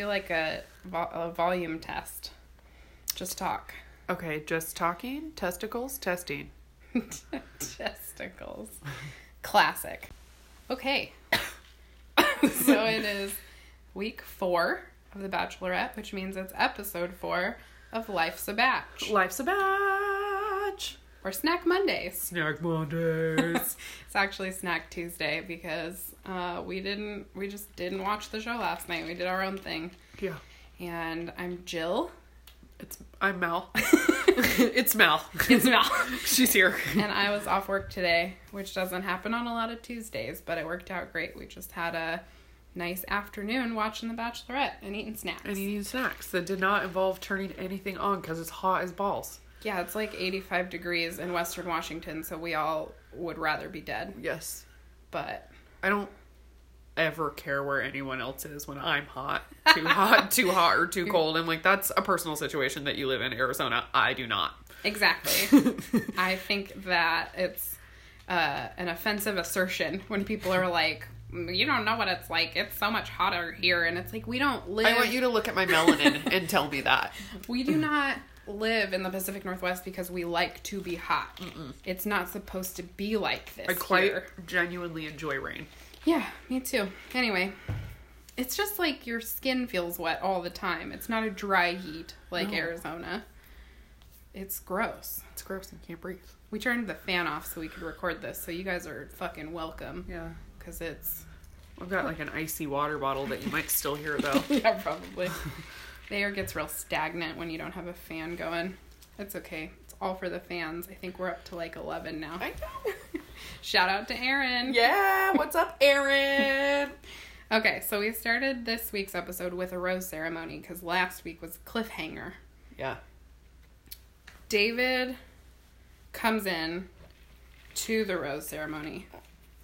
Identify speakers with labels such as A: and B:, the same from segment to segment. A: do like a, vo- a volume test. Just talk.
B: Okay, just talking, testicles, testing.
A: Testicles. Classic. Okay. so it is week four of The Bachelorette, which means it's episode four of Life's a Batch
B: Life's a batch.
A: or Snack Mondays.
B: Snack Mondays.
A: It's actually Snack Tuesday because uh, we didn't, we just didn't watch the show last night. We did our own thing.
B: yeah,
A: And I'm Jill.
B: it's I'm Mal. it's Mal.
A: It's Mal.
B: She's here.
A: and I was off work today, which doesn't happen on a lot of Tuesdays, but it worked out great. We just had a nice afternoon watching The Bachelorette and eating snacks.
B: And eating snacks that did not involve turning anything on because it's hot as balls.
A: yeah, it's like 85 degrees in Western Washington, so we all would rather be dead.
B: Yes,
A: But
B: I don't ever care where anyone else is when I'm hot, too hot, too hot, or too cold. I'm like, that's a personal situation that you live in, Arizona. I do not.
A: exactly. I think that it's uh, an offensive assertion when people are like, "Mm, you don't know what it's like. It's so much hotter here. And it's like, we don't live.
B: I want you to look at my melanin and tell me that.
A: We do not live in the Pacific Northwest because we like to be hot. It's not supposed to be like this.
B: I quite
A: here.
B: genuinely enjoy rain.
A: Yeah, me too. Anyway, it's just like your skin feels wet all the time. It's not a dry heat like
B: No.
A: Arizona. It's gross.
B: It's gross and you can't breathe.
A: We turned the fan off so we could record this, so you guys are fucking welcome.
B: Yeah.
A: Because it's.
B: I've got like an icy water bottle that you might still hear though.
A: Yeah, probably. the air gets real stagnant when you don't have a fan going. It's okay. It's all for the fans. I think we're up to like 11 now.
B: know.
A: Shout out to Aaron.
B: Yeah, what's up, Aaron?
A: Okay, so we started this week's episode with a rose ceremony because last week was cliffhanger.
B: yeah.
A: David comes in to the rose ceremony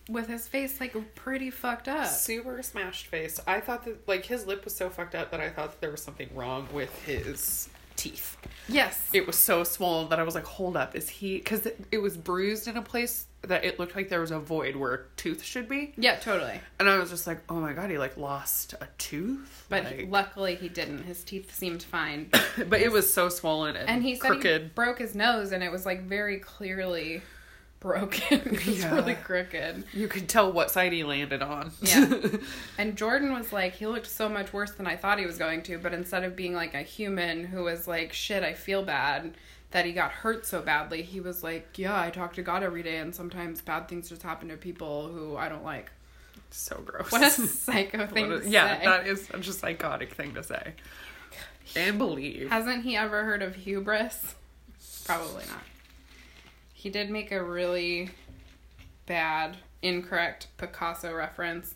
A: with his face like pretty fucked up.
B: Super smashed face. I thought that like his lip was so fucked up that I thought that there was something wrong with his teeth.
A: Yes.
B: It was so swollen that I was like, "Hold up, is he cuz it, it was bruised in a place that it looked like there was a void where a tooth should be."
A: yeah, totally.
B: And I was just like, "Oh my god, he like lost a tooth?"
A: But
B: Like-
A: luckily he didn't. His teeth seemed fine.
B: but it was so swollen and,
A: And he said
B: crooked.
A: he broke his nose and it was like very clearly broken. it was
B: Yeah.
A: really crooked.
B: You could tell what side he landed on.
A: Yeah. And Jordan was like, he looked so much worse than I thought he was going to, but instead of being like a human who was like, shit, I feel bad that he got hurt so badly, he was like, yeah, I talk to God every day, and sometimes bad things just happen to people who I don't like.
B: so gross.
A: What a psycho thing
B: What a-
A: to
B: yeah,
A: say.
B: that is such a psychotic thing to say. And believe.
A: Hasn't he ever heard of hubris? Probably not. He did make a really bad, incorrect Picasso reference.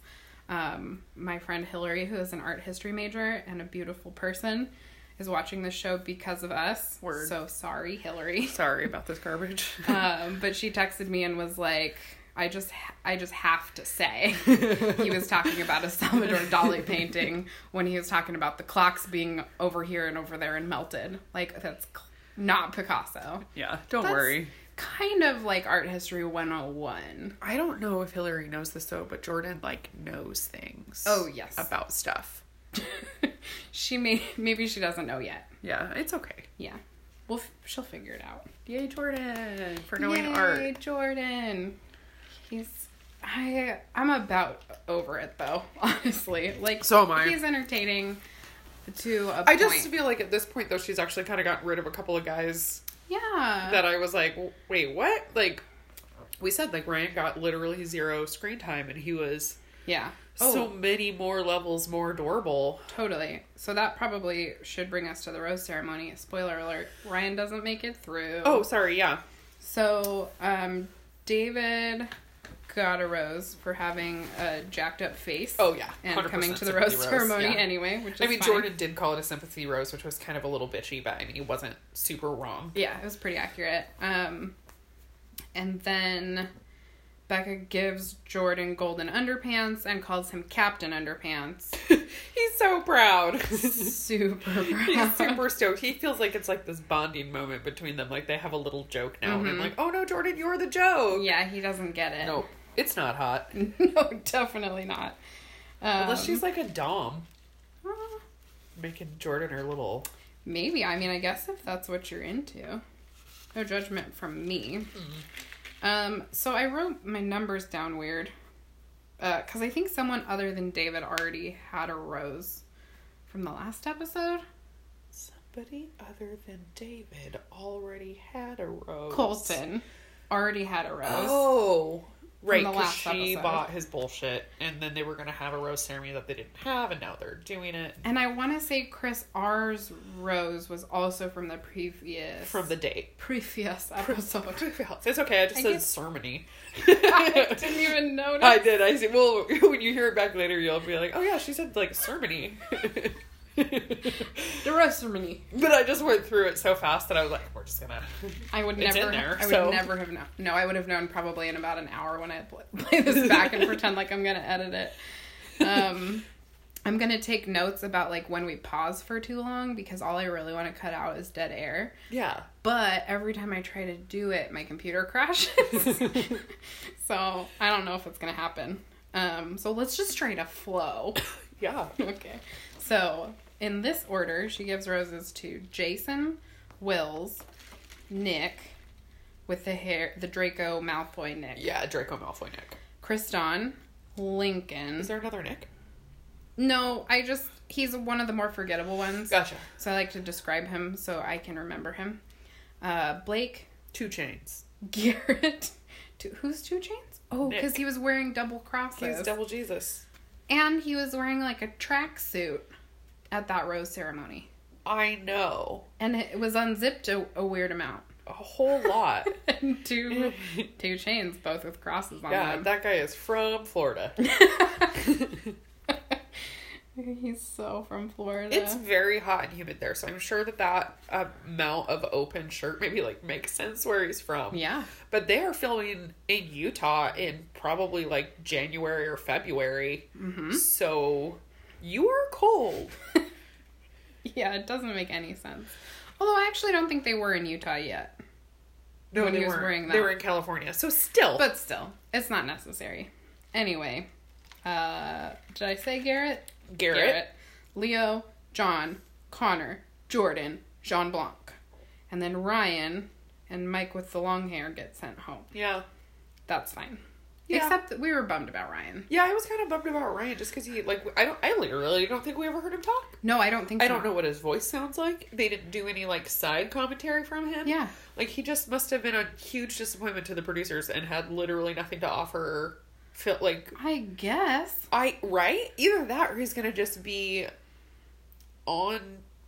A: Um, my friend Hillary, who is an art history major and a beautiful person, is watching the show because of us.
B: Word.
A: So sorry, Hillary.
B: Sorry about this garbage.
A: um, but she texted me and was like, "I just, I just have to say." he was talking about a Salvador Dali painting when he was talking about the clocks being over here and over there and melted. Like that's cl- not Picasso.
B: yeah, don't
A: That's
B: worry.
A: Kind of like art history 101.
B: I don't know if Hillary knows this though, but Jordan like knows things.
A: Oh, yes.
B: About stuff.
A: she may maybe she doesn't know yet.
B: Yeah, it's okay.
A: Yeah. Well, f- she'll figure it out.
B: Yay, Jordan for knowing
A: Yay,
B: art.
A: Jordan. He's I I'm about over it though, honestly. Like
B: So am I.
A: He's entertaining to a
B: I just
A: point.
B: feel like at this point though, she's actually kind of gotten rid of a couple of guys
A: yeah.
B: that I was like, wait, what? Like, we said like Ryan got literally zero screen time, and he was
A: yeah. Oh,
B: so many more levels more adorable.
A: Totally. So that probably should bring us to the rose ceremony. Spoiler alert: Ryan doesn't make it through.
B: Oh, sorry, yeah,
A: So um, David got a rose for having a jacked up face.
B: Oh, yeah.
A: and
B: 100%
A: coming to the rose,
B: sympathy rose,
A: ceremony
B: yeah.
A: anyway. Which is
B: I mean,
A: fine.
B: Jordan did call it a sympathy rose, which was kind of a little bitchy, but I mean, he wasn't super wrong.
A: Yeah, it was pretty accurate. Um, and then Becca gives Jordan golden underpants and calls him Captain Underpants.
B: He's so proud.
A: Super proud.
B: He's super stoked. He feels like it's like this bonding moment between them. Like they have a little joke now, and I'm like, oh no, Jordan, you're the joke.
A: Yeah, he doesn't get it.
B: No, it's not hot.
A: no, definitely not. Um,
B: Unless she's like a dom.
A: uh,
B: making Jordan her little.
A: Maybe. I mean, I guess if that's what you're into. No judgment from me.
B: Mm-hmm.
A: Um, so I wrote my numbers down weird. Because I think someone other than David already had a rose from the last episode.
B: Somebody other than David already had a rose.
A: Colton already had a rose.
B: Oh, right.
A: the
B: 'cause
A: last
B: she
A: episode.
B: bought his bullshit, and then they were gonna have a rose ceremony that they didn't have, and now they're doing it
A: And I want to say Chris R's rose was also from the previous
B: from the date.
A: previous episode.
B: It's okay. I just
A: I
B: said
A: guess-
B: ceremony.
A: I didn't even notice.
B: I did. I see. Well, when you hear it back later, you'll be like, "Oh yeah, she said like ceremony."
A: The rose ceremony.
B: but I just went through it so fast that I was like, "We're just gonna."
A: I would
B: It's
A: never.
B: in there,
A: I would
B: so-
A: never have known. No, I would have known probably in about an hour when I pl- play this back and pretend like I'm gonna edit it. Um, I'm gonna take notes about like when we pause for too long because all I really want to cut out is dead air.
B: Yeah.
A: But every time I try to do it, my computer crashes. so I don't know if it's gonna happen. Um, so let's just try to flow.
B: Yeah.
A: okay. So, in this order, she gives roses to Jason, Wills, Nick, with the hair, the Draco Malfoy Nick,
B: Yeah. Draco Malfoy Nick.
A: Kriston, Lincoln.
B: Is there another Nick?
A: no, I just, he's one of the more forgettable ones.
B: Gotcha.
A: So, I like to describe him so I can remember him. Uh, Blake,
B: Two chains.
A: Garrett. Two, who's two chains? Oh,
B: Nick.
A: because he was wearing double crosses.
B: He's double Jesus.
A: and he was wearing like a tracksuit at that rose ceremony.
B: I know.
A: and it was unzipped a, a weird amount.
B: A whole lot.
A: And two two chains, both with crosses on
B: yeah,
A: them.
B: that guy is from Florida.
A: He's so from Florida.
B: It's very hot and humid there, so I'm sure that that amount of open shirt maybe like makes sense where he's from.
A: yeah,
B: But they are filming in Utah in probably like January or February.
A: Mm-hmm.
B: So you are cold.
A: yeah. It doesn't make any sense. Although I actually don't think they were in Utah yet,
B: No,
A: When
B: they
A: he was
B: weren't.
A: wearing
B: They
A: that.
B: were in California. So still.
A: but still, it's not necessary. Anyway, uh, did I say Garrett?
B: Garrett.
A: Leo, John, Connor, Jordan, Jean Blanc, and then Ryan and Mike with the long hair get sent home.
B: Yeah.
A: That's fine.
B: Yeah.
A: Except that we were bummed about Ryan.
B: Yeah, I was kind of bummed about Ryan just because he like I don't I literally don't think we ever heard him talk.
A: No, I don't think
B: I
A: so.
B: don't know what his voice sounds like. They didn't do any like side commentary from him.
A: Yeah.
B: Like he just must have been a huge disappointment to the producers and had literally nothing to offer. Feel like
A: I guess.
B: I right either that or he's gonna just be on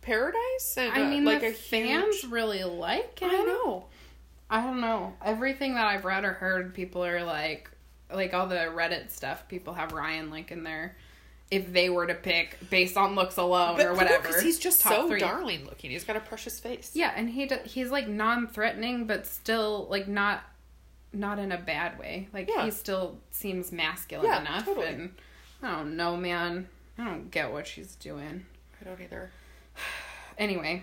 B: Paradise and
A: I
B: uh,
A: mean,
B: like
A: the
B: a
A: fans
B: huge.
A: really like him.
B: I know.
A: I don't know. Everything that I've read or heard, people are like, like all the Reddit stuff, people have Ryan like in there. If they were to pick based on looks alone
B: But
A: or
B: no,
A: whatever,
B: 'cause he's just
A: top
B: so
A: three.
B: darling looking. He's got a precious face.
A: Yeah, and he do, he's like non-threatening, but still like not not in a bad way. Like
B: Yeah.
A: he still seems masculine
B: Yeah,
A: enough.
B: totally.
A: And I don't know, man. I don't get what she's doing.
B: I don't either.
A: Anyway,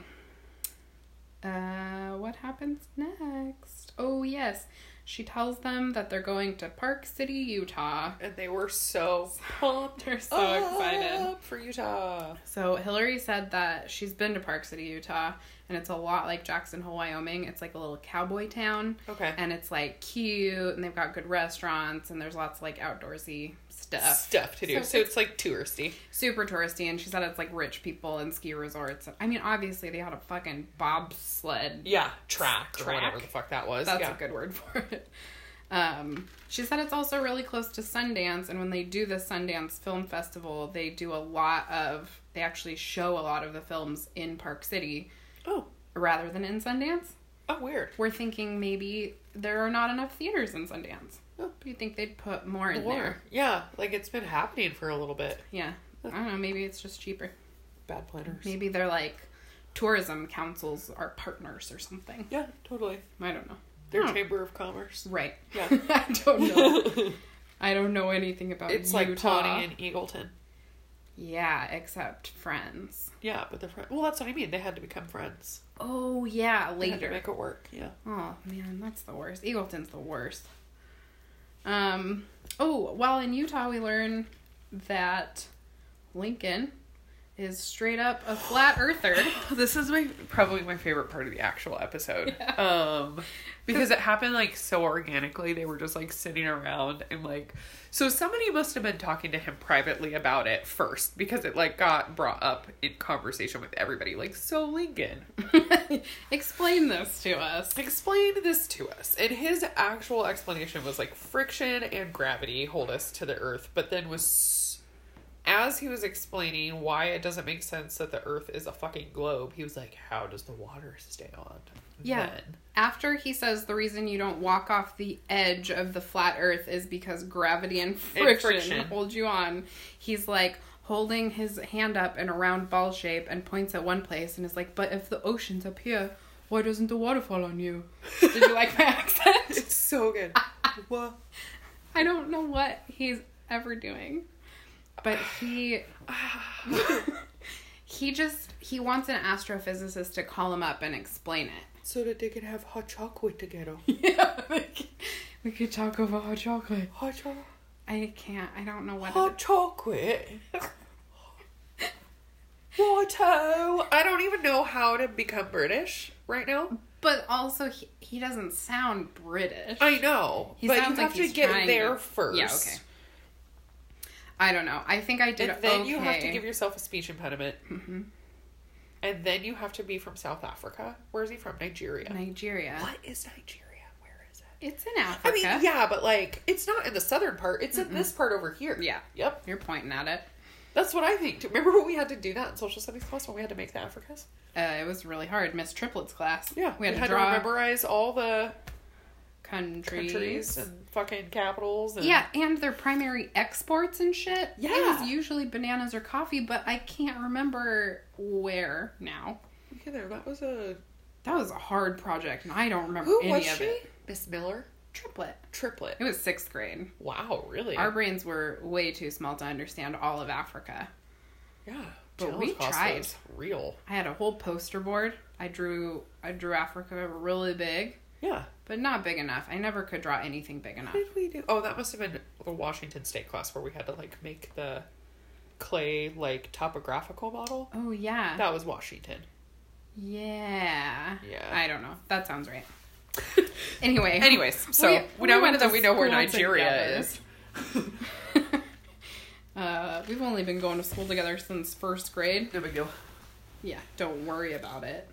A: uh, what happens next? Oh yes, she tells them that they're going to Park City, Utah.
B: And they were so pumped.
A: They're so excited.
B: up for Utah.
A: So Hillary said that she's been to Park City, Utah, and it's a lot like Jackson Hole, Wyoming. It's like a little cowboy town.
B: Okay.
A: and it's like cute and they've got good restaurants and there's lots of like outdoorsy stuff
B: stuff to do.
A: So
B: So, it's like touristy.
A: super touristy and she said it's like rich people and ski resorts i mean obviously they had a fucking bobsled
B: Yeah. Track, or
A: Track.
B: whatever the fuck that was.
A: that's
B: yeah.
A: a good word for it um, she said it's also really close to sundance and when they do the sundance film festival they do a lot of they actually show a lot of the films in park city
B: Oh.
A: rather than in sundance
B: Oh weird.
A: we're thinking maybe there are not enough theaters in sundance
B: Oh.
A: do you think they'd put more in
B: Lore.
A: there
B: Yeah. Like it's been happening for a little bit.
A: Yeah. I don't know. Maybe it's just cheaper.
B: Bad planners.
A: Maybe they're like tourism councils are partners or something.
B: Yeah, totally.
A: I don't know.
B: Their
A: Huh.
B: Chamber of Commerce.
A: Right.
B: Yeah.
A: I don't know. I don't know anything about
B: it's
A: Utah.
B: like Pawnee and Eagleton.
A: Yeah, except friends.
B: Yeah, but they're friends. Well, that's what I mean. They had to become friends.
A: Oh yeah,
B: They had to
A: later.
B: make it work. Yeah.
A: Oh man, that's the worst. Eagleton's the worst. Um. Oh, well, in Utah we learn that Lincoln is straight up a flat earther.
B: Oh, This is my probably my favorite part of the actual episode.
A: Yeah.
B: Um because it happened like so organically. They were just like sitting around and like so somebody must have been talking to him privately about it first because it like got brought up in conversation with everybody. Like, so Lincoln,
A: Explain this to us.
B: explain this to us. And his actual explanation was like friction and gravity hold us to the earth, but then was as he was explaining why it doesn't make sense that the earth is a fucking globe, he was like, How does the water stay on?
A: Yeah.
B: then?"
A: After he says the reason you don't walk off the edge of the flat earth is because gravity and friction,
B: friction.
A: hold you on, he's like holding his hand up in a round ball shape and points at one place and is like, But if the ocean's up here, why doesn't the water fall on you? Did you like my accent?
B: It's so good. well,
A: I don't know what he's ever doing. But he he just he wants an astrophysicist to call him up and explain it.
B: so that they can have hot chocolate together.
A: Yeah, we could, we could talk over hot chocolate.
B: Hot chocolate.
A: I can't. I don't know what.
B: Hot chocolate. Water. I don't even know how to become British right now.
A: But also, he, he doesn't sound British.
B: I know,
A: He
B: but you
A: sounds
B: have
A: like
B: to
A: he's
B: get
A: trying
B: there
A: to-
B: first.
A: Yeah, okay. I don't know. I think I did.
B: And then
A: okay.
B: you have to give yourself a speech impediment. And then you have to be from South Africa. Where is he from? Nigeria.
A: Nigeria.
B: What is Nigeria? Where is it?
A: It's in Africa.
B: I mean, yeah, but like, it's not in the southern part. It's in this part over here.
A: Yeah.
B: Yep.
A: You're pointing at it.
B: That's what I think. too. Remember when we had to do that in social studies class when we had to make the Africas?
A: Uh, it was really hard. Miss Triplets class.
B: Yeah.
A: we had, to
B: had
A: draw
B: memorize all the
A: countries.
B: countries and fucking capitals. And
A: Yeah, and their primary exports and shit.
B: Yeah.
A: it was usually bananas or coffee, but I can't remember where now.
B: Look at there. That was a.
A: That was a hard project, and I don't remember
B: Who
A: any
B: was
A: of
B: she?
A: it.
B: Miss Miller?
A: Triplet.
B: Triplet.
A: It was sixth grade.
B: Wow, really?
A: Our brains were way too small to understand all of Africa.
B: yeah.
A: but
B: Challenge
A: we
B: class
A: tried.
B: was Real.
A: I had a whole poster board. I drew I drew Africa really big,
B: Yeah.
A: but not big enough. I never could draw anything big enough.
B: What did we do? Oh, that must have been the Washington State class where we had to like make the clay like topographical model.
A: Oh yeah.
B: That was Washington.
A: yeah.
B: Yeah.
A: I don't know. That sounds right. Anyway.
B: Anyways, so
A: We- we
B: now
A: went
B: that
A: to
B: we know where
A: school together.
B: Nigeria is,
A: uh, we've only been going to school together since first grade.
B: no big deal.
A: Yeah, don't worry about it.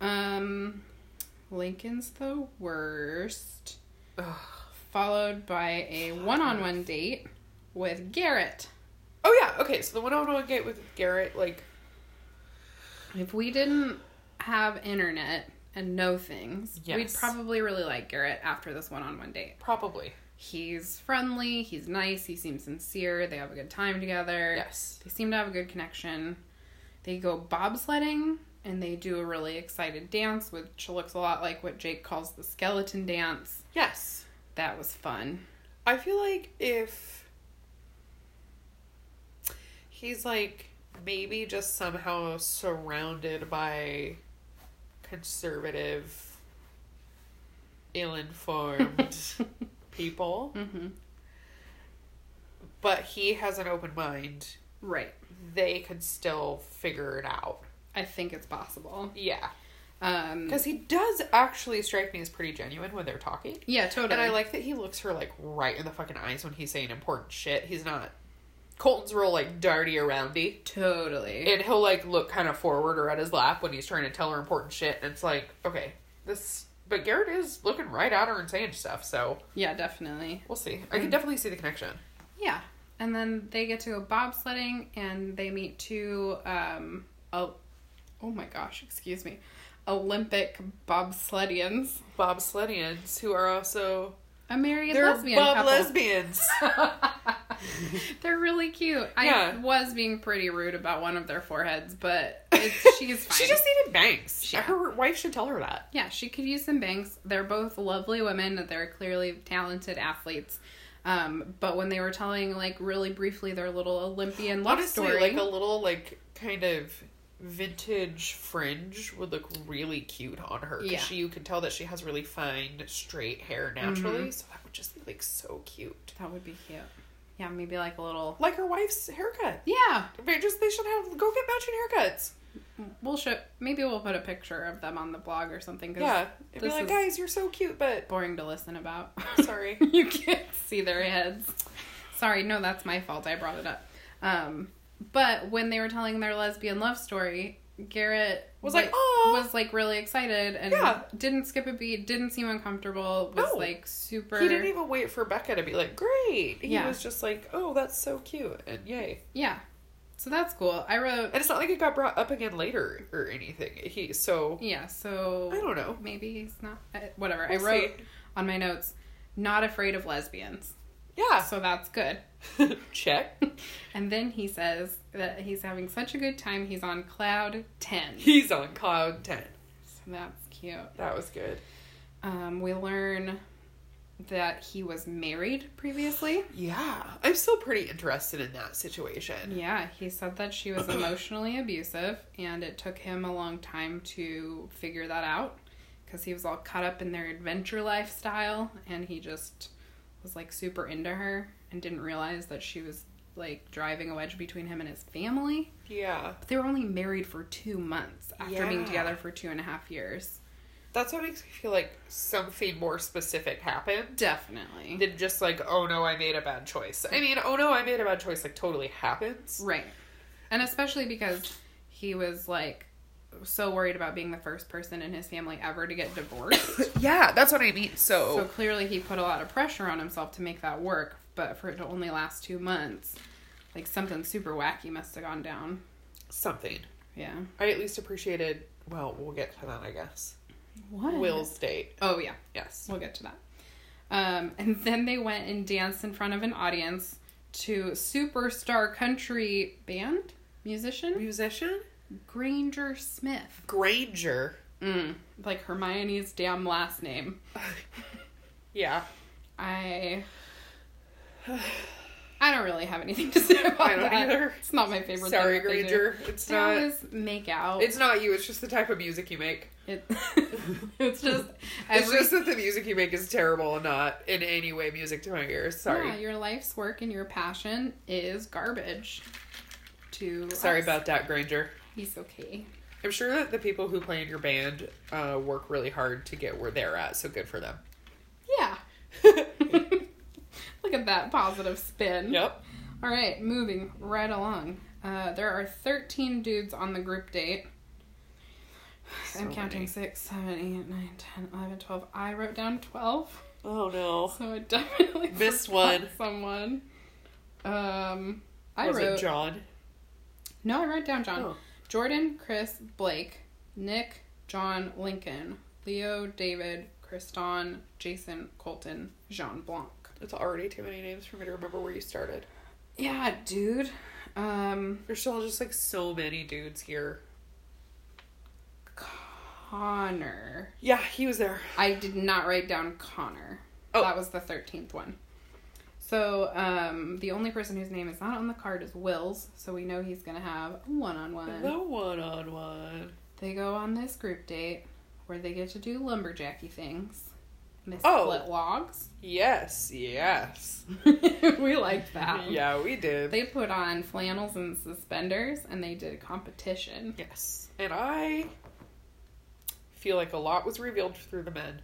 A: Um, Lincoln's the worst.
B: Ugh.
A: Followed by a one on one date with Garrett.
B: Oh yeah, okay. So the one on one gate with Garrett, like
A: If we didn't have internet and know things, we'd
B: Yes.
A: probably really like Garrett after this one on one date.
B: probably
A: He's friendly, he's nice, he seems sincere, they have a good time together.
B: yes.
A: They seem to have a good connection. They go bobsledding and they do a really excited dance, which looks a lot like what Jake calls the skeleton dance.
B: Yes.
A: That was fun.
B: I feel like if he's like maybe just somehow surrounded by conservative, ill informed people,
A: Mm-hmm.
B: but he has an open mind,
A: Right.
B: they could still figure it out.
A: I think it's possible.
B: Yeah.
A: Um,
B: Because he does actually strike me as pretty genuine when they're talking.
A: yeah, totally.
B: And I like that he looks her like right in the fucking eyes when he's saying important shit. He's not Colton's real like darty aroundy.
A: totally.
B: And he'll like look kind of forward or at his lap when he's trying to tell her important shit. And it's like, okay, this but Garrett is looking right at her and saying stuff, so
A: yeah, definitely.
B: we'll see. I
A: Mm-hmm.
B: can definitely see the connection.
A: Yeah. And then they get to go bobsledding and they meet two um oh, oh my gosh, excuse me. Olympic bobsledians.
B: Bobsledians, who are also
A: A married
B: they're
A: lesbian
B: bob
A: couple.
B: lesbians.
A: They're really cute. I
B: Yeah.
A: was being pretty rude about one of their foreheads, but it's, she's fine.
B: she just needed bangs.
A: Yeah.
B: Her wife should tell her that.
A: yeah, she could use some bangs. They're both lovely women. They're clearly talented athletes. Um, but when they were telling, like, really briefly their little Olympian love
B: Honestly,
A: story,
B: like a little like kind of vintage fringe would look really cute on her. 'cause
A: Yeah.
B: she you can tell that she has really
A: Mm-hmm.
B: fine straight hair naturally, so that would just be like so cute.
A: that would be cute. Yeah, maybe like a little.
B: Like her wife's haircut.
A: Yeah,
B: They just they should have go get matching haircuts.
A: we'll show. Maybe we'll put a picture of them on the blog or something. Cause
B: Yeah. And be
A: this
B: like,
A: is-
B: guys, you're so cute, but
A: boring to listen about.
B: Sorry.
A: you can't see their heads. Sorry, no, that's my fault. I brought it up. Um, but when they were telling their lesbian love story, Garrett
B: Was like, "Aw."
A: was like really excited and
B: Yeah.
A: didn't skip a beat, didn't seem uncomfortable, was
B: No.
A: like super
B: he didn't even wait for Becca to be like, Great. He
A: Yeah.
B: was just like, Oh, that's so cute and yay.
A: Yeah. So that's cool. I wrote
B: And it's not like it got brought up again later or anything. He so
A: yeah, so
B: I don't know.
A: maybe he's not I- whatever. I
B: We'll
A: wrote
B: see.
A: on my notes, not afraid of lesbians.
B: Yeah.
A: So that's good.
B: Check.
A: And then he says that he's having such a good time, he's on cloud 10. so
B: He's on cloud ten.
A: that's cute.
B: That was good.
A: Um, we learn that he was married previously.
B: Yeah. I'm still pretty interested in that situation.
A: Yeah, he said that she was emotionally abusive, and it took him a long time to figure that out because he was all caught up in their adventure lifestyle and he just was like super into her and didn't realize that she was like driving a wedge between him and his family.
B: Yeah.
A: They were only married for two months after being
B: Yeah.
A: together for two and a half years.
B: That's what makes me feel like something more specific happened.
A: Definitely.
B: than just like, oh no, I made a bad choice. I mean, oh no, I made a bad choice, like totally happens.
A: right. And especially because he was like so worried about being the first person in his family ever to get divorced.
B: Yeah, that's what I mean.
A: so
B: So,
A: clearly he put a lot of pressure on himself to make that work, but for it to only last two months, like something super wacky must have gone down.
B: something.
A: Yeah.
B: I at least appreciated, well, we'll get to that, I guess.
A: What?
B: Will's date.
A: Oh, yeah.
B: Yes.
A: We'll get to that. Um, and then they went and danced in front of an audience to superstar country band musician
B: Musician?
A: Granger Smith.
B: Granger.
A: Mm, like Hermione's damn last name.
B: Yeah.
A: I I don't really have anything to say about
B: I don't
A: that.
B: either.
A: It's not my favorite.
B: Sorry,
A: thing that they do.
B: Granger. It's
A: They
B: not.
A: always make out. It's
B: It's not you. It's just the type of music you make.
A: it, it's just
B: It's
A: every-
B: just that the music you make is terrible and not in any way music to my ears. Sorry.
A: Yeah, your life's work and your passion is garbage. To
B: Sorry
A: us.
B: about that, Granger.
A: He's okay.
B: I'm sure that the people who play in your band uh, work really hard to get where they're at, so good for them.
A: Yeah. Look at that positive spin.
B: Yep.
A: All right, moving right along. Uh, there are 13 dudes on the group date.
B: So
A: I'm counting
B: many.
A: six, seven, eight, nine, ten, eleven, twelve. I wrote down 12,
B: Oh no.
A: so I definitely
B: Missed
A: forgot
B: one.
A: Someone. Um, I
B: was
A: wrote.
B: it John?
A: No, I wrote down John.
B: Oh.
A: Jordan, Chris, Blake, Nick, John, Lincoln, Leo, David, Kriston, Jason, Colton, Jean Blanc.
B: It's already too many names for me to remember where you started.
A: Yeah, dude. Um,
B: There's still just like so many dudes here.
A: Connor.
B: Yeah, he was there.
A: I did not write down Connor.
B: Oh.
A: That was the 13th one. So, um, the only person whose name is not on the card is Wills, so we know he's gonna have one on
B: The
A: one.
B: one on one.
A: They go on this group date where they get to do lumberjacky things. And they
B: Oh.
A: split logs.
B: Yes, yes.
A: we liked that.
B: Yeah, we did.
A: They put on flannels and suspenders and they did a competition.
B: yes. And I feel like a lot was revealed through the men.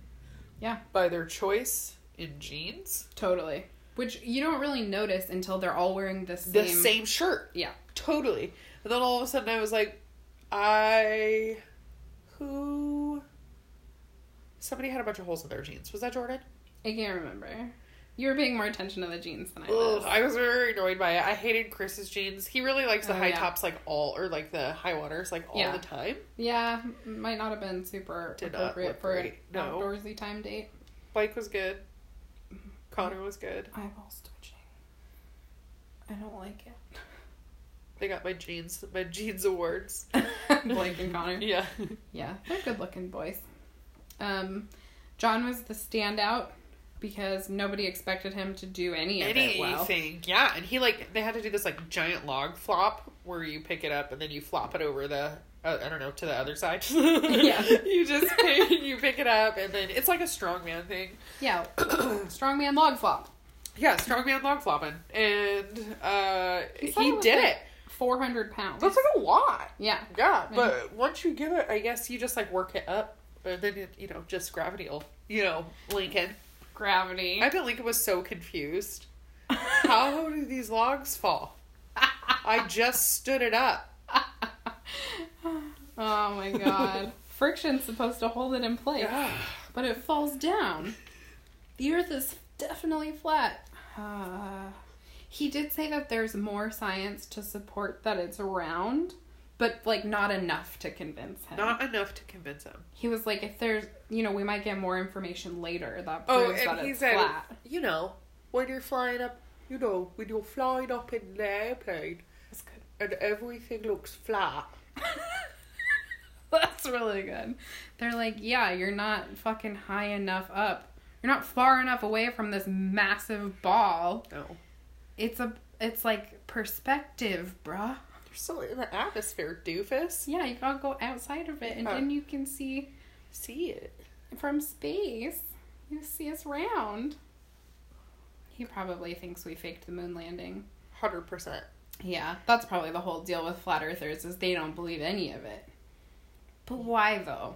A: Yeah.
B: By their choice in jeans.
A: Totally. Which you don't really notice until they're all wearing the same.
B: The same shirt.
A: Yeah.
B: Totally. And then all of a sudden I was like, I. Who. Somebody had a bunch of holes in their jeans. Was that Jordan?
A: I can't remember. You were paying more attention to the jeans than I
B: Ugh,
A: was.
B: I was very annoyed by it. I hated Chris's jeans. He really likes the
A: Oh,
B: high
A: yeah.
B: tops, like all, or like the high waters, like all
A: Yeah.
B: the time.
A: yeah, m- might not have been super
B: Did not
A: appropriate
B: look
A: for an
B: great, no.
A: outdoorsy time date.
B: Blake was good. Connor was good.
A: Eyeball twitching. I don't like
B: They got my jeans, my jeans awards.
A: it. Blake and Connor.
B: Yeah.
A: Yeah, they're good looking boys. Um, John was the standout because nobody expected him to do any of it well.
B: Anything. Yeah. And he, like, they had to do this, like, giant log flop where you pick it up and then you flop it over the. Uh, I don't know to the other side. yeah, you just pick, you pick it up and then it's like a strongman thing.
A: Yeah, strongman log flop.
B: Yeah, strongman log flopping, and uh, he,
A: said was
B: did
A: like
B: it.
A: 400 pounds.
B: That's like a lot.
A: yeah.
B: Yeah, but once you get it, I guess you just like work it up, and then it, you know, just gravity will, you know, Lincoln.
A: Gravity.
B: I bet Lincoln was so confused. How do these logs fall? I just stood it up.
A: oh my god. Friction's supposed to hold it in place, but it falls down. The earth is definitely flat. Uh, he did say that there's more science to support that it's round, but like not enough to convince him.
B: Not enough to convince him.
A: he was like, if there's, you know, we might get more information later that
B: Oh,
A: proves
B: and
A: that
B: he
A: it's
B: said,
A: flat.
B: you know, when you're flying up, you know, when you're flying up in the airplane
A: That's good.
B: and everything looks flat.
A: That's really good. They're like, yeah, you're not fucking high enough up. You're not far enough away from this massive ball.
B: No.
A: It's a it's like perspective, bruh.
B: You're still in the atmosphere, doofus.
A: Yeah, you gotta go outside of it and
B: Yeah.
A: then you can see
B: See it.
A: from space. You see us round. He probably thinks we faked the moon landing.
B: 100%.
A: Yeah, that's probably the whole deal with flat earthers is they don't believe any of it. But why though?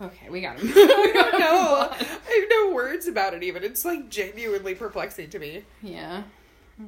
A: Okay, we got him.
B: I don't know. I have no words about it even. It's like genuinely perplexing to me.
A: Yeah,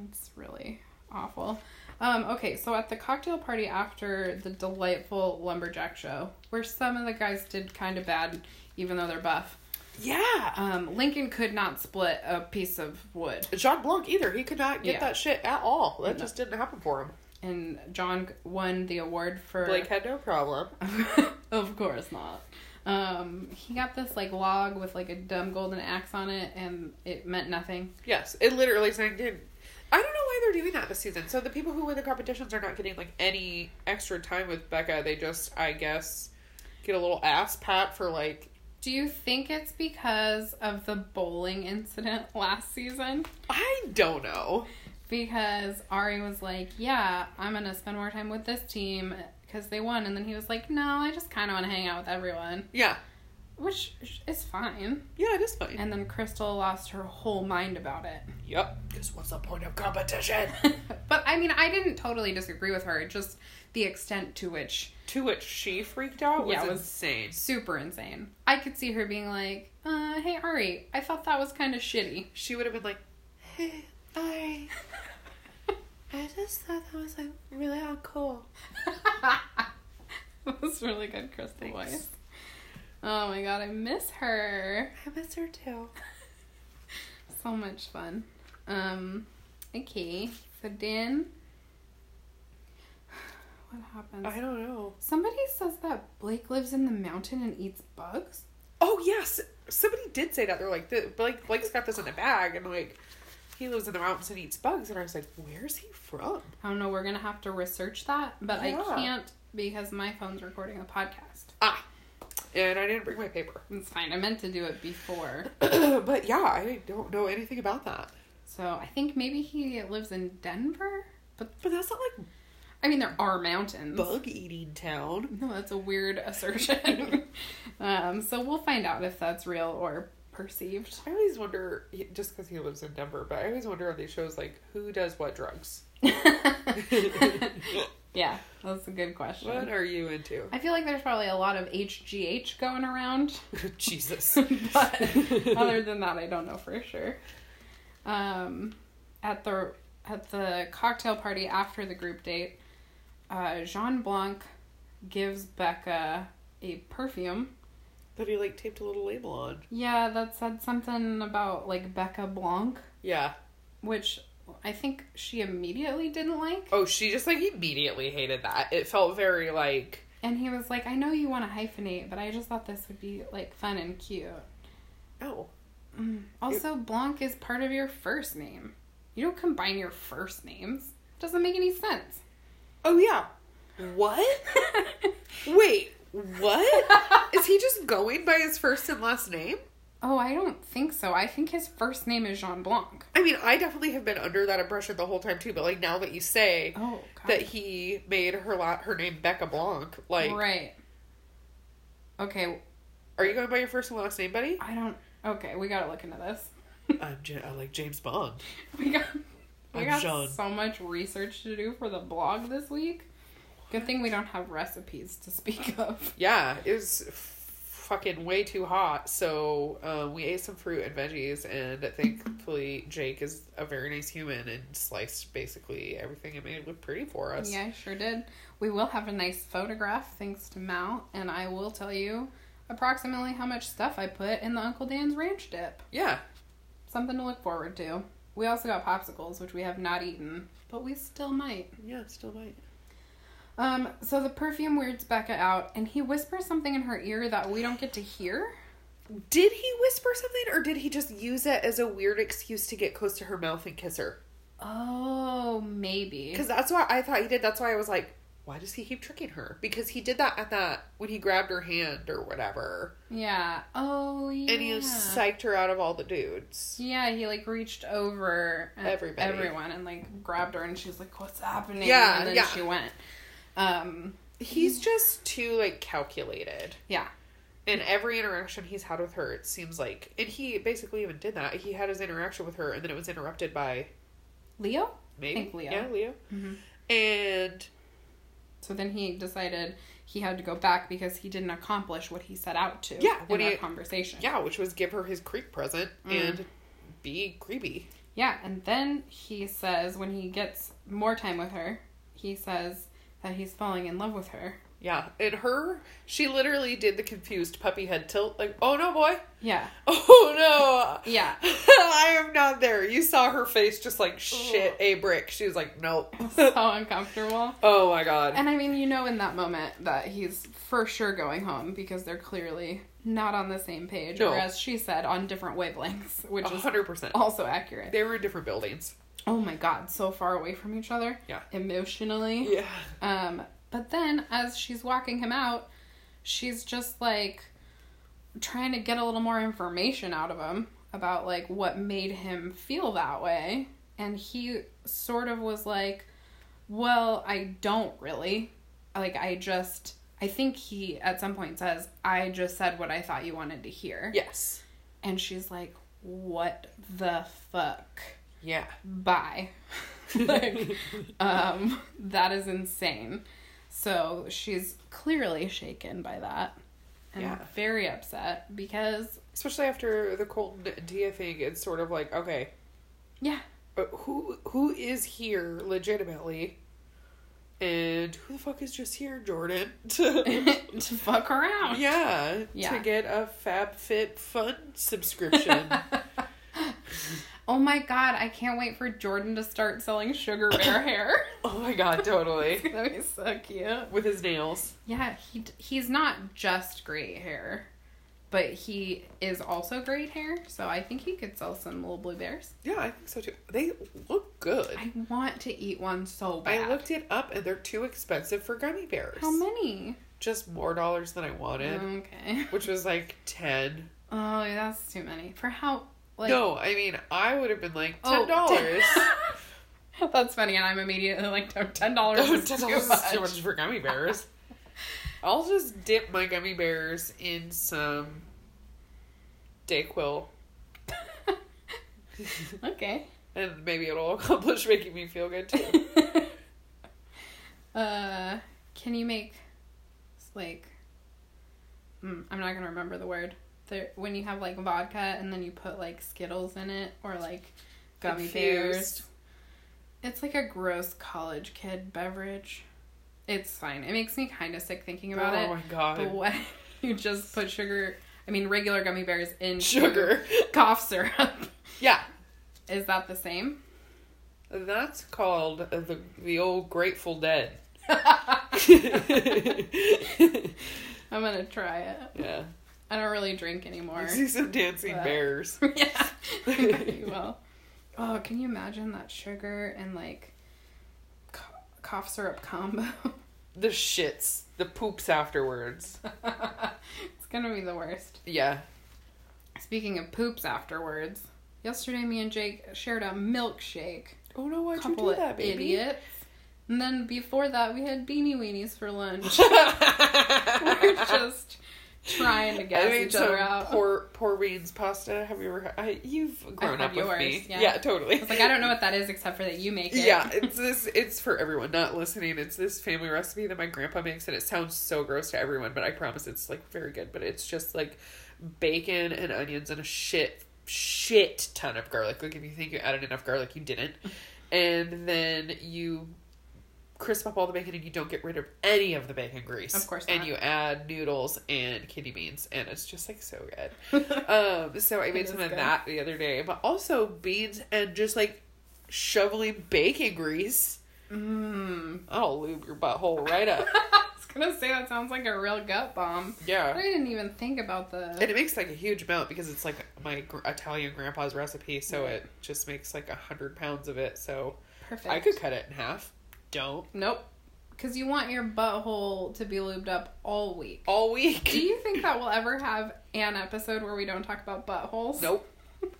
A: it's really awful. Um, okay, so at the cocktail party after the delightful lumberjack show, where some of the guys did kind of bad, even though they're buff,
B: Yeah.
A: um, Lincoln could not split a piece of wood.
B: Jean Blanc either. He could not get
A: Yeah.
B: that shit at all. That
A: No.
B: just didn't happen for him.
A: And John won the award for.
B: Blake had no problem.
A: of course not. Um, he got this like log with like a dumb golden axe on it, and it meant nothing.
B: Yes, it literally saying did. I don't know why they're doing that this season. So the people who win the competitions are not getting like any extra time with Becca. They just, I guess, get a little ass pat for like.
A: Do you think it's because of the bowling incident last season?
B: I don't know.
A: because Ari was like, "Yeah, I'm gonna spend more time with this team because they won," and then he was like, "No, I just kind of want to hang out with everyone,"
B: Yeah,
A: which is fine.
B: yeah, it is funny.
A: And then Crystal lost her whole mind about it.
B: yep. Because what's the point of competition?
A: but I mean, I didn't totally disagree with her. Just the extent to which
B: to which she freaked out was,
A: Yeah, it was-
B: insane.
A: super insane. I could see her being like, "Uh, hey Ari, I thought that was kind of shitty."
B: She would have been like, "Hey, I, I just thought that was like really uncool."
A: that was really good, Crystal
B: Thanks.
A: voice. Oh my god, I miss her.
B: I miss her too.
A: So much fun. Um, okay. So Dan, what happens?
B: I don't know.
A: Somebody says that Blake lives in the mountain and eats bugs.
B: Oh yes, somebody did say that. They're like, "The- Blake, Blake's got this in the bag, and like, he lives in the mountains and eats bugs. And I was like, where's he from?
A: I don't know. We're gonna have to research that, but
B: Yeah.
A: I can't because my phone's recording a podcast.
B: Ah, and I didn't bring my paper.
A: It's fine. I meant to do it before,
B: but yeah, I don't know anything about that.
A: so I think maybe he lives in Denver. But
B: But that's not like
A: I mean, there are mountains.
B: bug eating town.
A: No, that's a weird assertion. um, so we'll find out if that's real or perceived.
B: I always wonder, just because he lives in Denver, but I always wonder on these shows like who does what drugs.
A: yeah, that's a good
B: What
A: question.
B: are you into?
A: I feel like there's probably a lot of HGH going around,
B: Jesus.
A: but other than that, I don't know for sure. Um, at the at the cocktail party after the group date, uh, Jean Blanc gives Becca a perfume.
B: that he like taped a little label on.
A: Yeah, that said something about like Becca Blanc,
B: Yeah.
A: which I think she immediately didn't like.
B: Oh, she just like immediately hated that. It felt very like
A: And he was like, I know you want to hyphenate, but I just thought this would be like fun and cute.
B: oh
A: Also, Blanc is part of your first name. You don't combine your first names. Doesn't make any sense.
B: oh yeah. What? Wait, what? Is he just going by his first and last name?
A: oh, I don't think so. I think his first name is Jean Blanc.
B: I mean, I definitely have been under that impression the whole time too. But like now that you say
A: Oh, God.
B: that he made her la- her name Becca Blanc, like,
A: right. Okay,
B: are you going by your first and last name, buddy?
A: I don't. Okay, we gotta look into this.
B: I'm J- I like James Bond.
A: We got we
B: I'm
A: got
B: Jean.
A: so much research to do for the blog this week. Good thing we don't have recipes to speak of.
B: Yeah, it was f- fucking way too hot. So um, we ate some fruit and veggies, and thankfully Jake is a very nice human and sliced basically everything and made it look pretty for us.
A: Yeah, I sure did. We will have a nice photograph thanks to Mal, and I will tell you approximately how much stuff I put in the Uncle Dan's ranch dip.
B: Yeah.
A: Something to look forward to. We also got popsicles, which we have not eaten, but we still might.
B: Yeah, still might.
A: Um, so the perfume weirds Becca out, and he whispers something in her ear that we don't get to hear.
B: Did he whisper something, or did he just use it as a weird excuse to get close to her mouth and kiss her?
A: Oh, maybe.
B: Because that's what I thought he did. That's why I was like, why does he keep tricking her? Because he did that at that when he grabbed her hand or whatever,
A: Yeah. Oh, yeah.
B: and he psyched her out of all the dudes.
A: Yeah, he like reached over at
B: Everybody.
A: everyone, and like grabbed her, and she's like, "What's happening?"
B: Yeah,
A: and then
B: yeah.
A: she went. Um,
B: He's just too like calculated.
A: yeah,
B: And every interaction he's had with her, it seems like, and he basically even did that. He had his interaction with her, and then it was interrupted by
A: Leo.
B: maybe
A: think Leo.
B: yeah, Leo,
A: Mhm.
B: and
A: So then he decided he had to go back because he didn't accomplish what he set out to.
B: Yeah,
A: in
B: what
A: that
B: he-
A: conversation.
B: yeah, which was give her his creep present and be creepy.
A: Yeah, and then he says when he gets more time with her, he says that he's falling in love with her.
B: Yeah, and her, she literally did the confused puppy head tilt, like, oh no, boy,
A: Yeah,
B: oh no,
A: yeah.
B: I am not there. You saw her face just like shit a brick. She was like, nope.
A: so uncomfortable.
B: oh my god.
A: And I mean, you know, in that moment that he's for sure going home because they're clearly not on the same page,
B: No.
A: or as she said, on different wavelengths, which
B: A
A: is
B: hundred percent.
A: also accurate.
B: They were in different buildings.
A: Oh my god, so far away from each other.
B: Yeah.
A: Emotionally.
B: Yeah.
A: Um, but then as she's walking him out, she's just like trying to get a little more information out of him about like what made him feel that way. And he sort of was like, Well, I don't really. Like, I just, I think he at some point says, I just said what I thought you wanted to hear.
B: Yes.
A: And she's like, What the fuck?
B: Yeah.
A: bye. like, um, that is insane. So she's clearly shaken by that and
B: Yeah.
A: very upset because,
B: Especially after the Colton and Tia thing, it's sort of like, okay,
A: yeah,
B: but who who is here legitimately? And who the fuck is just here, Jordan?
A: to fuck around.
B: Yeah,
A: Yeah.
B: to get a FabFitFun subscription.
A: Oh my god, I can't wait for Jordan to start selling sugar bear hair.
B: oh my god, totally.
A: That'd be so cute.
B: With his nails.
A: Yeah, he d- he's not just great hair, but he is also great hair. So I think he could sell some little blue bears.
B: Yeah, I think so too. They look good.
A: I want to eat one so
B: I,
A: bad.
B: looked it up and they're too expensive for gummy bears.
A: How Mm. many?
B: Just more dollars than I wanted,
A: Okay.
B: which was like 10.
A: Oh, that's too many. For how? Like,
B: no, I mean, I would have been like $10.
A: oh, that's funny, and I'm immediately like, no, ten dollars
B: Oh,
A: is
B: ten
A: too
B: dollars
A: much.
B: is too much for gummy bears. I'll just dip my gummy bears in some Dayquil,
A: okay.
B: and maybe it'll accomplish making me feel good too.
A: uh, can you make it's like? Mm, I'm not gonna remember the word. There, when you have like vodka and then you put like Skittles in it or like gummy bears.
B: Infused.
A: It's like a gross college kid beverage. It's fine. It makes me kind of sick thinking about
B: oh
A: it.
B: my god,
A: But what you just put sugar, I mean regular gummy bears in
B: sugar.
A: cough syrup.
B: yeah,
A: Is that the same?
B: that's called the the old Grateful Dead.
A: I'm gonna try it.
B: yeah,
A: I don't really drink anymore.
B: you see some dancing
A: But-
B: bears.
A: yeah. you will. Oh, can you imagine that sugar and like co- cough syrup combo?
B: The shits, the poops afterwards.
A: it's gonna be the worst.
B: Yeah,
A: Speaking of poops afterwards, yesterday me and Jake shared a milkshake.
B: Oh no, why'd
A: couple
B: you do that,
A: of
B: baby?
A: idiots. And then before that, we had beanie weenies for lunch. We're just trying to gas
B: I made
A: each
B: some
A: other out.
B: poor poor beans pasta. Have you ever? had- I, you've grown
A: had
B: up with
A: yours,
B: me.
A: yeah.
B: totally.
A: It's like I don't know what that is except for that you make it.
B: Yeah, it's this. It's for everyone not listening. It's this family recipe that my grandpa makes, and it sounds so gross to everyone, but I promise it's like very good. But it's just like bacon and onions and a shit shit ton of garlic. Like if you think you added enough garlic, you didn't, and then you crisp up all the bacon and you don't get rid of any of the bacon grease.
A: Of course
B: And
A: not.
B: you add noodles and kidney beans, and it's just like so good. um, so I
A: It
B: made
A: is
B: some of
A: good.
B: that the other day, but also beans and just like shoveling bacon grease.
A: Mm.
B: I'll lube your butthole right up.
A: I was gonna say that sounds like a real gut bomb. But I
B: yeah.
A: didn't even think about the.
B: And it makes like a huge amount because it's like my gr- Italian grandpa's recipe, so it just makes like a hundred pounds of it. So
A: Perfect.
B: I could cut it in half. Don't
A: Nope. Because you want your butthole to be lubed up all week.
B: all week.
A: Do you think that we'll ever have an episode where we don't talk about buttholes?
B: Nope.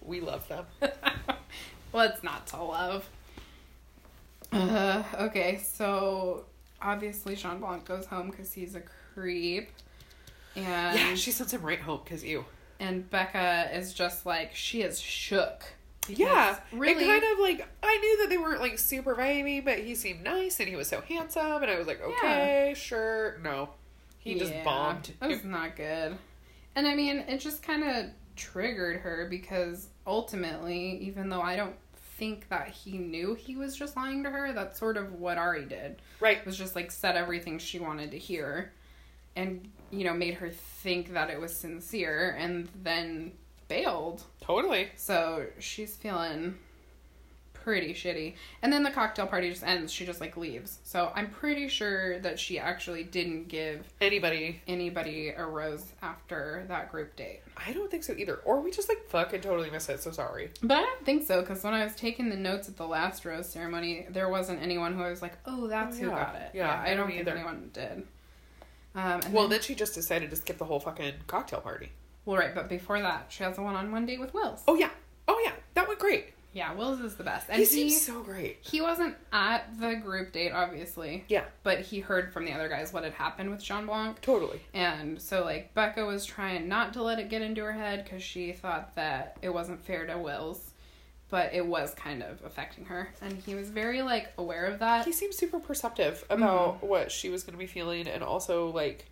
B: We love them.
A: well, it's not to love. Uh, okay, so obviously Jean Blanc goes home because he's a creep. And
B: yeah, she sends him right home because you.
A: and Becca is just like she is shook.
B: Yeah,
A: Because
B: really.
A: really-
B: kind of like I knew that they weren't like super vibey, but he seemed nice and he was so handsome, and I was like, okay, sure, no, he just
A: Yeah,
B: bombed.
A: That was not good. And I mean, it just kind of triggered her because ultimately, even though I don't think that he knew he was just lying to her, that's sort of what Ari did.
B: right,
A: It was just like said everything she wanted to hear and, you know, made her think that it was sincere and then bailed.
B: totally.
A: So she's feeling pretty shitty. And then the cocktail party just ends. She just like leaves. So I'm pretty sure that she actually didn't give
B: Anybody?
A: anybody a rose after that group date.
B: I don't think so either. Or we just like fucking totally miss it. So sorry.
A: But I don't think so because when I was taking the notes at the last rose ceremony, there wasn't anyone who I was like, "Oh, that's
B: Oh,
A: who
B: yeah.
A: got it."
B: Yeah,
A: I don't
B: me
A: think
B: either.
A: anyone did. Um, and
B: Well,
A: then,
B: then she just decided to skip the whole fucking cocktail party.
A: well, right, but before that, she has a one-on-one date with Wills.
B: Oh yeah, oh yeah, that went great.
A: Yeah, Wills is the best, and
B: He
A: he
B: seems so great.
A: he wasn't at the group date, obviously,
B: Yeah,
A: but he heard from the other guys what had happened with Jean Blanc.
B: totally.
A: And so, like, Becca was trying not to let it get into her head because she thought that it wasn't fair to Wills, but it was kind of affecting her. And he was very, like, aware of that.
B: he seemed super perceptive about what she was going to be feeling and also like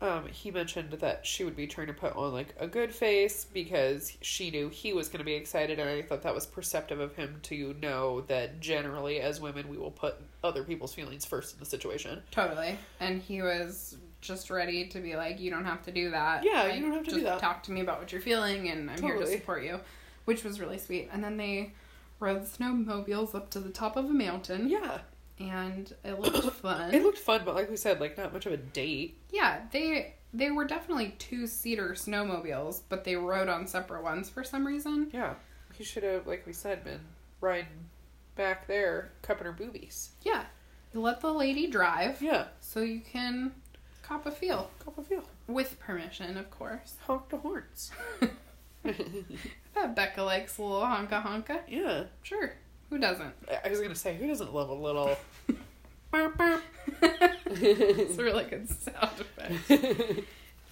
B: um he mentioned that she would be trying to put on like a good face because she knew he was going to be excited and i thought that was perceptive of him to know that generally as women we will put other people's feelings first in the situation
A: Totally. And he was just ready to be like, you don't have to do that.
B: Yeah,
A: Like,
B: you don't have to do
A: just
B: that."
A: Talk to me about what you're feeling, and I'm here to
B: Totally.
A: support you, which was really sweet. And then they rode snowmobiles up to the top of a mountain,
B: yeah
A: and it looked fun.
B: it looked fun but like we said like not much of a date
A: Yeah, they they were definitely two seater snowmobiles, but they rode on separate ones for some reason.
B: yeah he should have like we said been riding back there cupping her boobies
A: Yeah, you let the lady drive
B: yeah
A: so you can cop a feel
B: cup of feel
A: with permission, of course.
B: honk the horns
A: That Becca likes a little honka honka.
B: yeah
A: Sure, who doesn't?
B: I- I was gonna say, who doesn't love a little? burp, burp?
A: it's a really good sound effect.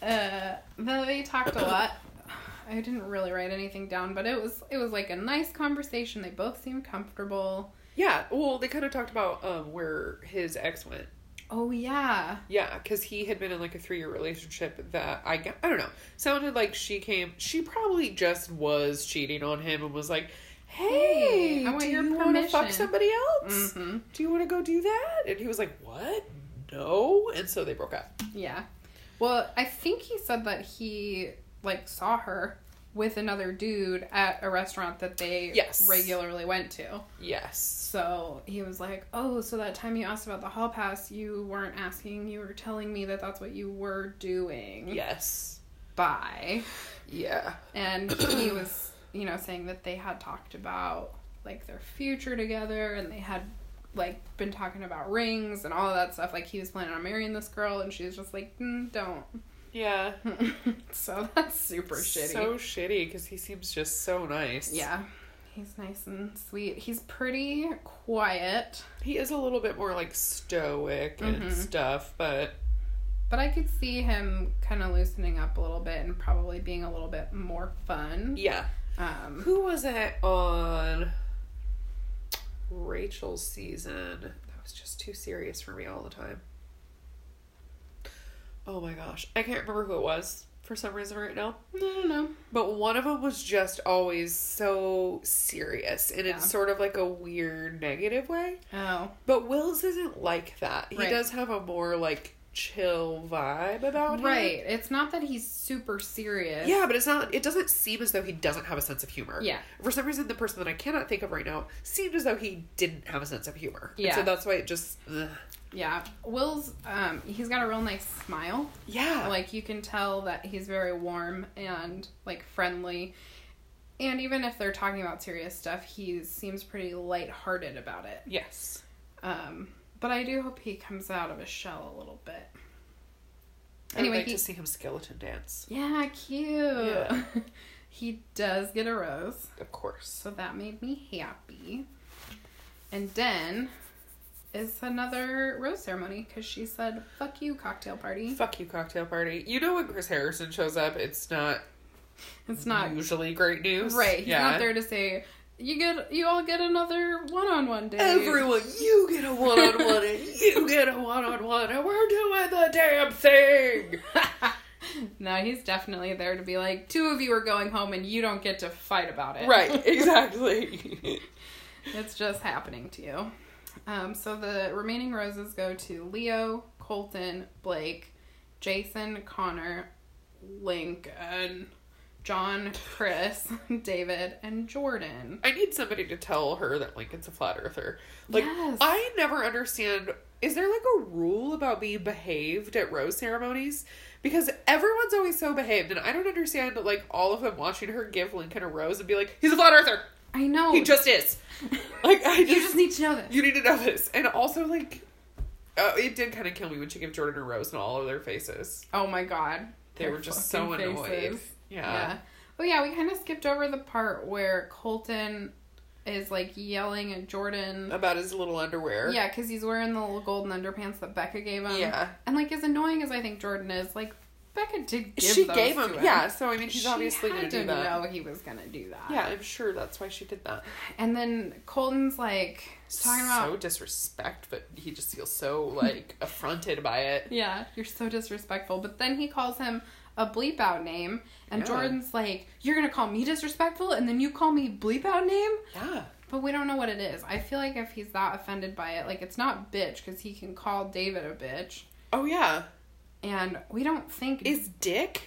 A: Uh, though they talked a lot. I didn't really write anything down, but it was it was like a nice conversation. They both seemed comfortable.
B: yeah, well, they kind of talked about um, where his ex went.
A: Oh yeah,
B: Yeah, because he had been in like a three year relationship that I gu- I don't know sounded like she came. She probably just was cheating on him and was like, "Hey,
A: Hey, I want
B: do
A: your
B: you want to fuck
A: permission."
B: somebody else?
A: hmm
B: Do you want to go do that?" And he was like, "What? No." And so they broke up.
A: Yeah. Well, I think he said that he like saw her with another dude at a restaurant that they
B: Yes.
A: regularly went to.
B: Yes.
A: So he was like, "Oh, so that time you asked about the hall pass, you weren't asking. You were telling me that that's what you were doing."
B: Yes.
A: Bye.
B: Yeah.
A: And he was, you know, saying that they had talked about like their future together, and they had like been talking about rings and all of that stuff. Like he was planning on marrying this girl, and she was just like, mm, "Don't."
B: Yeah.
A: so that's super shitty.
B: So shitty because he seems just so nice.
A: yeah. He's nice and sweet. He's pretty quiet.
B: He is a little bit more like stoic and
A: Mhm.
B: stuff, but
A: But I could see him kind of loosening up a little bit and probably being a little bit more fun.
B: Yeah.
A: Um,
B: Who was it on Rachel's season? That was just too serious for me all the time. Oh my gosh. I can't remember who it was for some reason right now.
A: I don't know.
B: But one of them was just always so serious and
A: Yeah.
B: it's sort of like a weird negative way.
A: Oh,
B: But Will's isn't like that. He
A: Right.
B: does have a more like chill vibe about him.
A: right. It's not that he's super serious.
B: Yeah, but it's not. It doesn't seem as though he doesn't have a sense of humor.
A: Yeah.
B: For some reason, the person that I cannot think of right now seemed as though he didn't have a sense of humor. And
A: Yeah.
B: so that's why it just. Ugh.
A: Yeah. Will's um he's got a real nice smile.
B: Yeah.
A: Like you can tell that he's very warm and like friendly. And even if they're talking about serious stuff, he seems pretty lighthearted about it.
B: yes.
A: Um but I do hope he comes out of his shell a little bit.
B: Anyway,
A: Anyway,
B: I'd like
A: he-
B: to see him skeleton dance.
A: Yeah, cute.
B: Yeah.
A: he does get a rose,
B: Of course.
A: so that made me happy. And then is another rose ceremony because she said, "Fuck you, cocktail party."
B: Fuck you, cocktail party. You know when Chris Harrison shows up, it's not.
A: It's not
B: usually great news.
A: Right. He's
B: yeah.
A: not there to say you get you all get another one on one day.
B: Everyone, you get a one on one, and you get a one on one, and we're doing the damn thing.
A: no, he's definitely there to be like, two of you are going home and you don't get to fight about it.
B: right. Exactly.
A: it's just happening to you. Um, so the remaining roses go to Leo, Colton, Blake, Jason, Connor, Lincoln, John, Chris, David, and Jordan.
B: I need somebody to tell her that Lincoln's a flat earther. Like
A: Yes.
B: I never understand is there like a rule about being behaved at rose ceremonies? Because everyone's always so behaved and I don't understand like all of them watching her give Lincoln a rose and be like, He's a flat earther.
A: I know.
B: He just is. Like I
A: Oh. you just
B: just
A: need to know this.
B: you need to know this. And also like uh, it did kind of kill me when she gave Jordan a rose and all of their faces.
A: Oh my god.
B: They
A: Their
B: were just so
A: fucking
B: annoyed.
A: faces.
B: Yeah.
A: Yeah. Oh yeah, we kind of skipped over the part where Colton is like yelling at Jordan.
B: About his little underwear.
A: Yeah, because he's wearing the little golden underpants that Becca gave him.
B: Yeah.
A: And like as annoying as I think Jordan is, like Becca did give
B: she
A: those
B: gave
A: to
B: him, yeah. So I mean, he's
A: she
B: obviously
A: had
B: going to do
A: to
B: that.
A: know he was gonna do that.
B: Yeah, I'm sure that's why she did that.
A: And then Colton's like talking about
B: so disrespect, but he just feels so like affronted by it.
A: Yeah, you're so disrespectful. But then he calls him a bleep out name, and
B: Yeah.
A: Jordan's like, You're gonna call me disrespectful, and then you call me bleep out name?
B: Yeah,
A: But we don't know what it is. I feel like if he's that offended by it, like it's not bitch, because he can call David a bitch.
B: Oh yeah.
A: And we don't think
B: Is Dick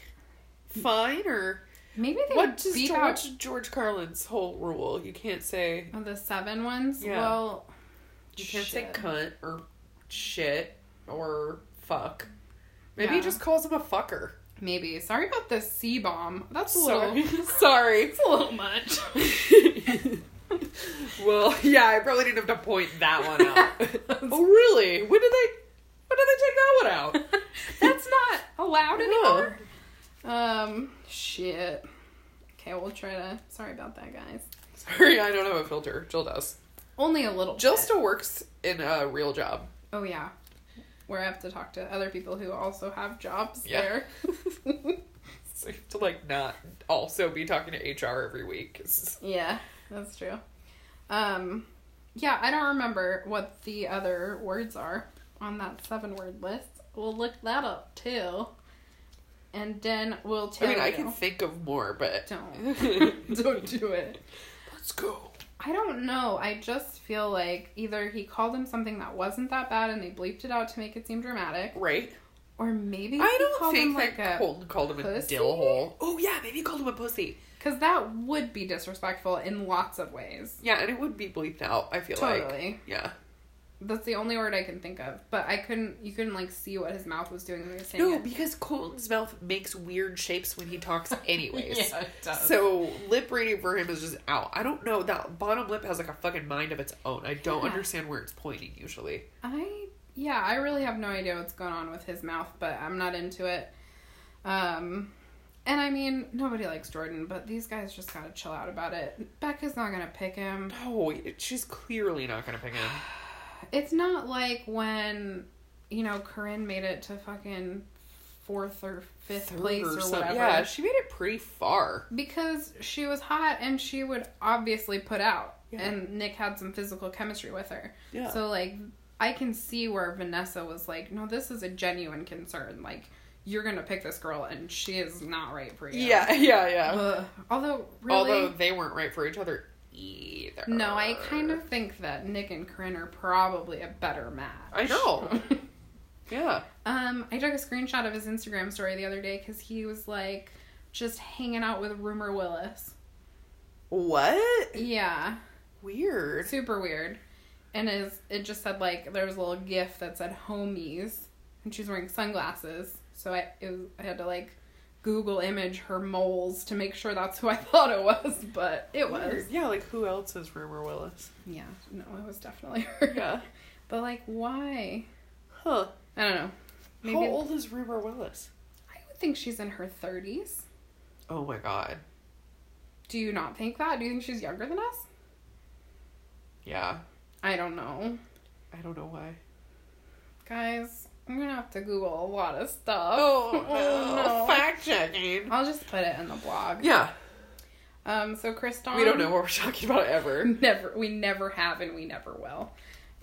B: fine or
A: maybe they would
B: what? Is
A: beep
B: George
A: out
B: George Carlin's whole rule? You can't say
A: oh, the seven ones.
B: Yeah.
A: Well,
B: you can't say
A: shit.
B: cunt or shit or fuck. Maybe he
A: Yeah.
B: just calls him a fucker.
A: Maybe. Sorry about the C bomb. That's a
B: Sorry,
A: little.
B: sorry.
A: It's a little much.
B: well, yeah, I probably didn't have to point that one out. oh, really? When did they? When did they take that one out?
A: That's not allowed
B: No.
A: anymore. Um, shit. Okay, we'll try to. Sorry about that, guys.
B: Sorry, I don't have a filter. Jill does.
A: Only a little.
B: Jill
A: bit.
B: still works in a real job.
A: Oh yeah, where I have to talk to other people who also have jobs
B: Yeah.
A: there.
B: So you have to like not also be talking to HR every week. It's-
A: yeah, that's true. Um, yeah, I don't remember what the other words are on that seven-word list. We'll look that up too, and then we'll
B: I
A: tell
B: mean, I
A: you.
B: can think of more, but
A: Don't don't do it.
B: Let's go.
A: I don't know. I just feel like either he called him something that wasn't that bad and they bleeped it out to make it seem dramatic,
B: Right?
A: or maybe
B: I
A: he
B: don't
A: called
B: think
A: him like
B: that
A: a
B: Colton called him a
A: pussy?
B: dill hole. Oh yeah, maybe he called him a pussy.
A: because that would be disrespectful in lots of ways.
B: Yeah, and it would be bleeped out. I feel like.
A: Totally,
B: Yeah.
A: that's the only word I can think of. But I couldn't. You couldn't like see what his mouth was doing when he was saying
B: No,
A: it.
B: because Colton's mouth makes weird shapes when he talks, anyways.
A: Yeah, it does.
B: So lip reading for him is just out. I don't know. That bottom lip has like a fucking mind of its own. I don't
A: Yeah.
B: understand where it's pointing usually.
A: I yeah, I really have no idea what's going on with his mouth, but I'm not into it. Um and I mean, nobody likes Jordan, but these guys just gotta chill out about it. Becca's not gonna pick him.
B: No, Oh, it- she's clearly not gonna pick him.
A: It's not like when, you know, Corinne made it to fucking fourth or fifth
B: Third
A: place or,
B: some-
A: whatever.
B: Yeah, she made it pretty far.
A: because she was hot and she would obviously put out
B: Yeah.
A: and nick had some physical chemistry with her
B: Yeah.
A: so like i can see where vanessa was like no this is a genuine concern like you're gonna pick this girl and she is not right for you
B: yeah, yeah, yeah.
A: Ugh. although really
B: Although they weren't right for each other either.
A: no i kind of think that nick and corinne are probably a better match
B: I know. Yeah.
A: Um, I took a screenshot of his Instagram story the other day because he was like just hanging out with Rumor Willis.
B: What?
A: Yeah,
B: Weird.
A: super weird. And is it just said like there was a little gif that said homies, and she's wearing sunglasses. So I it was, I had to like Google image her moles to make sure that's who I thought it was, but it was.
B: Weird. Yeah, like who else is Rumor Willis?
A: Yeah, no, it was definitely her.
B: Yeah.
A: But like, why?
B: Huh.
A: I don't know. Maybe
B: How old is Rumor Willis?
A: I would think she's in her thirties.
B: Oh my god.
A: Do you not think that? Do you think she's younger than us?
B: Yeah.
A: I don't know.
B: I don't know why.
A: Guys, I'm gonna have to Google a lot of stuff.
B: Oh, Fact checking.
A: I'll just put it in the blog.
B: Yeah.
A: Um, so Kriston.
B: We don't know what we're talking about ever.
A: Never, we never have, and we never will.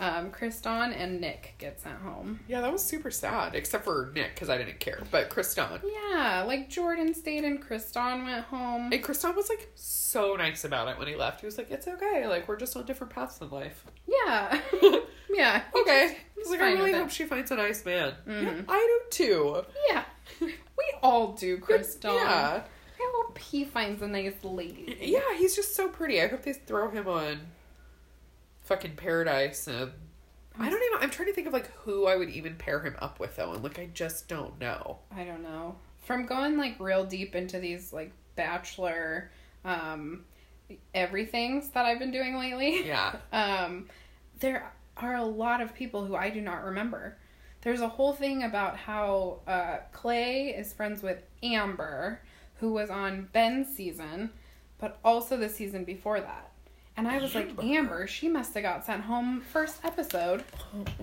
A: Um, Kriston and Nick get sent home.
B: Yeah, that was super sad. Except for Nick, because I didn't care. But Kriston.
A: Yeah, like Jordan stayed and Kriston went home.
B: And Kriston was like so nice about it when he left. He was like, It's okay, like we're just on different paths in life.
A: Yeah, yeah,
B: Okay. I was like, I
A: fine
B: really
A: with
B: hope
A: it.
B: she finds a nice man.
A: Mhm.
B: Yeah, I do too.
A: yeah. We all do, Kriston.
B: Yeah.
A: I hope he finds a nice lady.
B: Yeah, he's just so pretty. I hope they throw him on fucking paradise and I don't even I'm trying to think of like who I would even pair him up with though, and like I just don't know.
A: I don't know. From going like real deep into these like bachelor um everythings that I've been doing lately.
B: Yeah.
A: Um there are a lot of people who I do not remember. There's a whole thing about how uh Clay is friends with Amber who was on Ben's season, but also the season before that. And I was like,
B: Amber.
A: Amber, she must have got sent home first episode.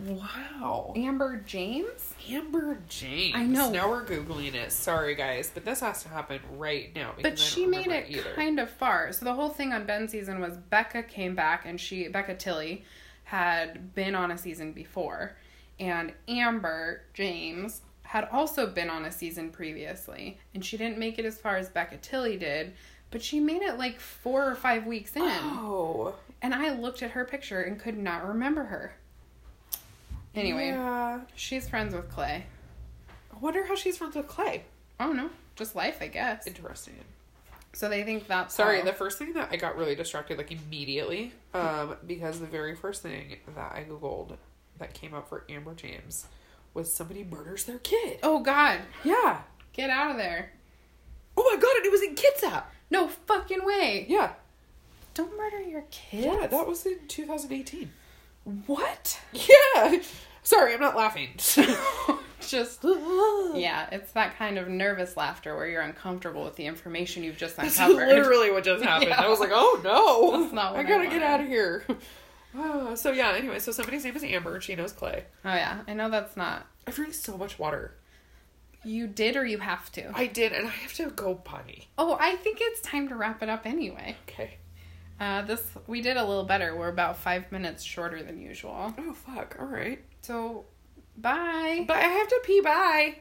B: Wow.
A: Amber James?
B: Amber James.
A: I know.
B: Now we're googling it. Sorry guys, but this has to happen right now.
A: But
B: because I
A: she
B: don't
A: made
B: remember
A: it kind of far. So the whole thing on Ben's season was Becca came back and she Becca Tilly had been on a season before and Amber James had also been on a season previously and she didn't make it as far as Becca Tilly did, but she made it like 4 or 5 weeks in.
B: Oh.
A: And I looked at her picture and could not remember her. Anyway,
B: Yeah.
A: she's friends with Clay.
B: I wonder how she's friends with Clay.
A: I don't know, just life, I guess.
B: Interesting.
A: So they think that's
B: Sorry,
A: how-
B: the first thing that I got really distracted, like immediately, um, because the very first thing that I googled that came up for Amber James was somebody murders their kid.
A: Oh god,
B: Yeah.
A: get out of there.
B: Oh my god, and it was in Kids App.
A: No fucking way.
B: Yeah.
A: Don't murder your kids.
B: Yeah, that was in 2018.
A: what?
B: Yeah. Sorry, I'm not laughing.
A: just
B: yeah.
A: yeah, it's that kind of nervous laughter where you're uncomfortable with the information you've just
B: That's
A: uncovered.
B: literally what just happened. I was like, oh no.
A: That's not what
B: I
A: I
B: gotta get
A: wanted.
B: out of here. Uh, so yeah, anyway, so somebody's name is Amber and she knows Clay.
A: Oh yeah, I know that's not.
B: I drink so much water.
A: You did or you have to.
B: I did, and I have to go potty.
A: Oh, I think it's time to wrap it up anyway.
B: Okay.
A: Uh, this we did a little better. We're about five minutes shorter than usual.
B: Oh fuck. All right.
A: So, bye.
B: But I have to pee. Bye.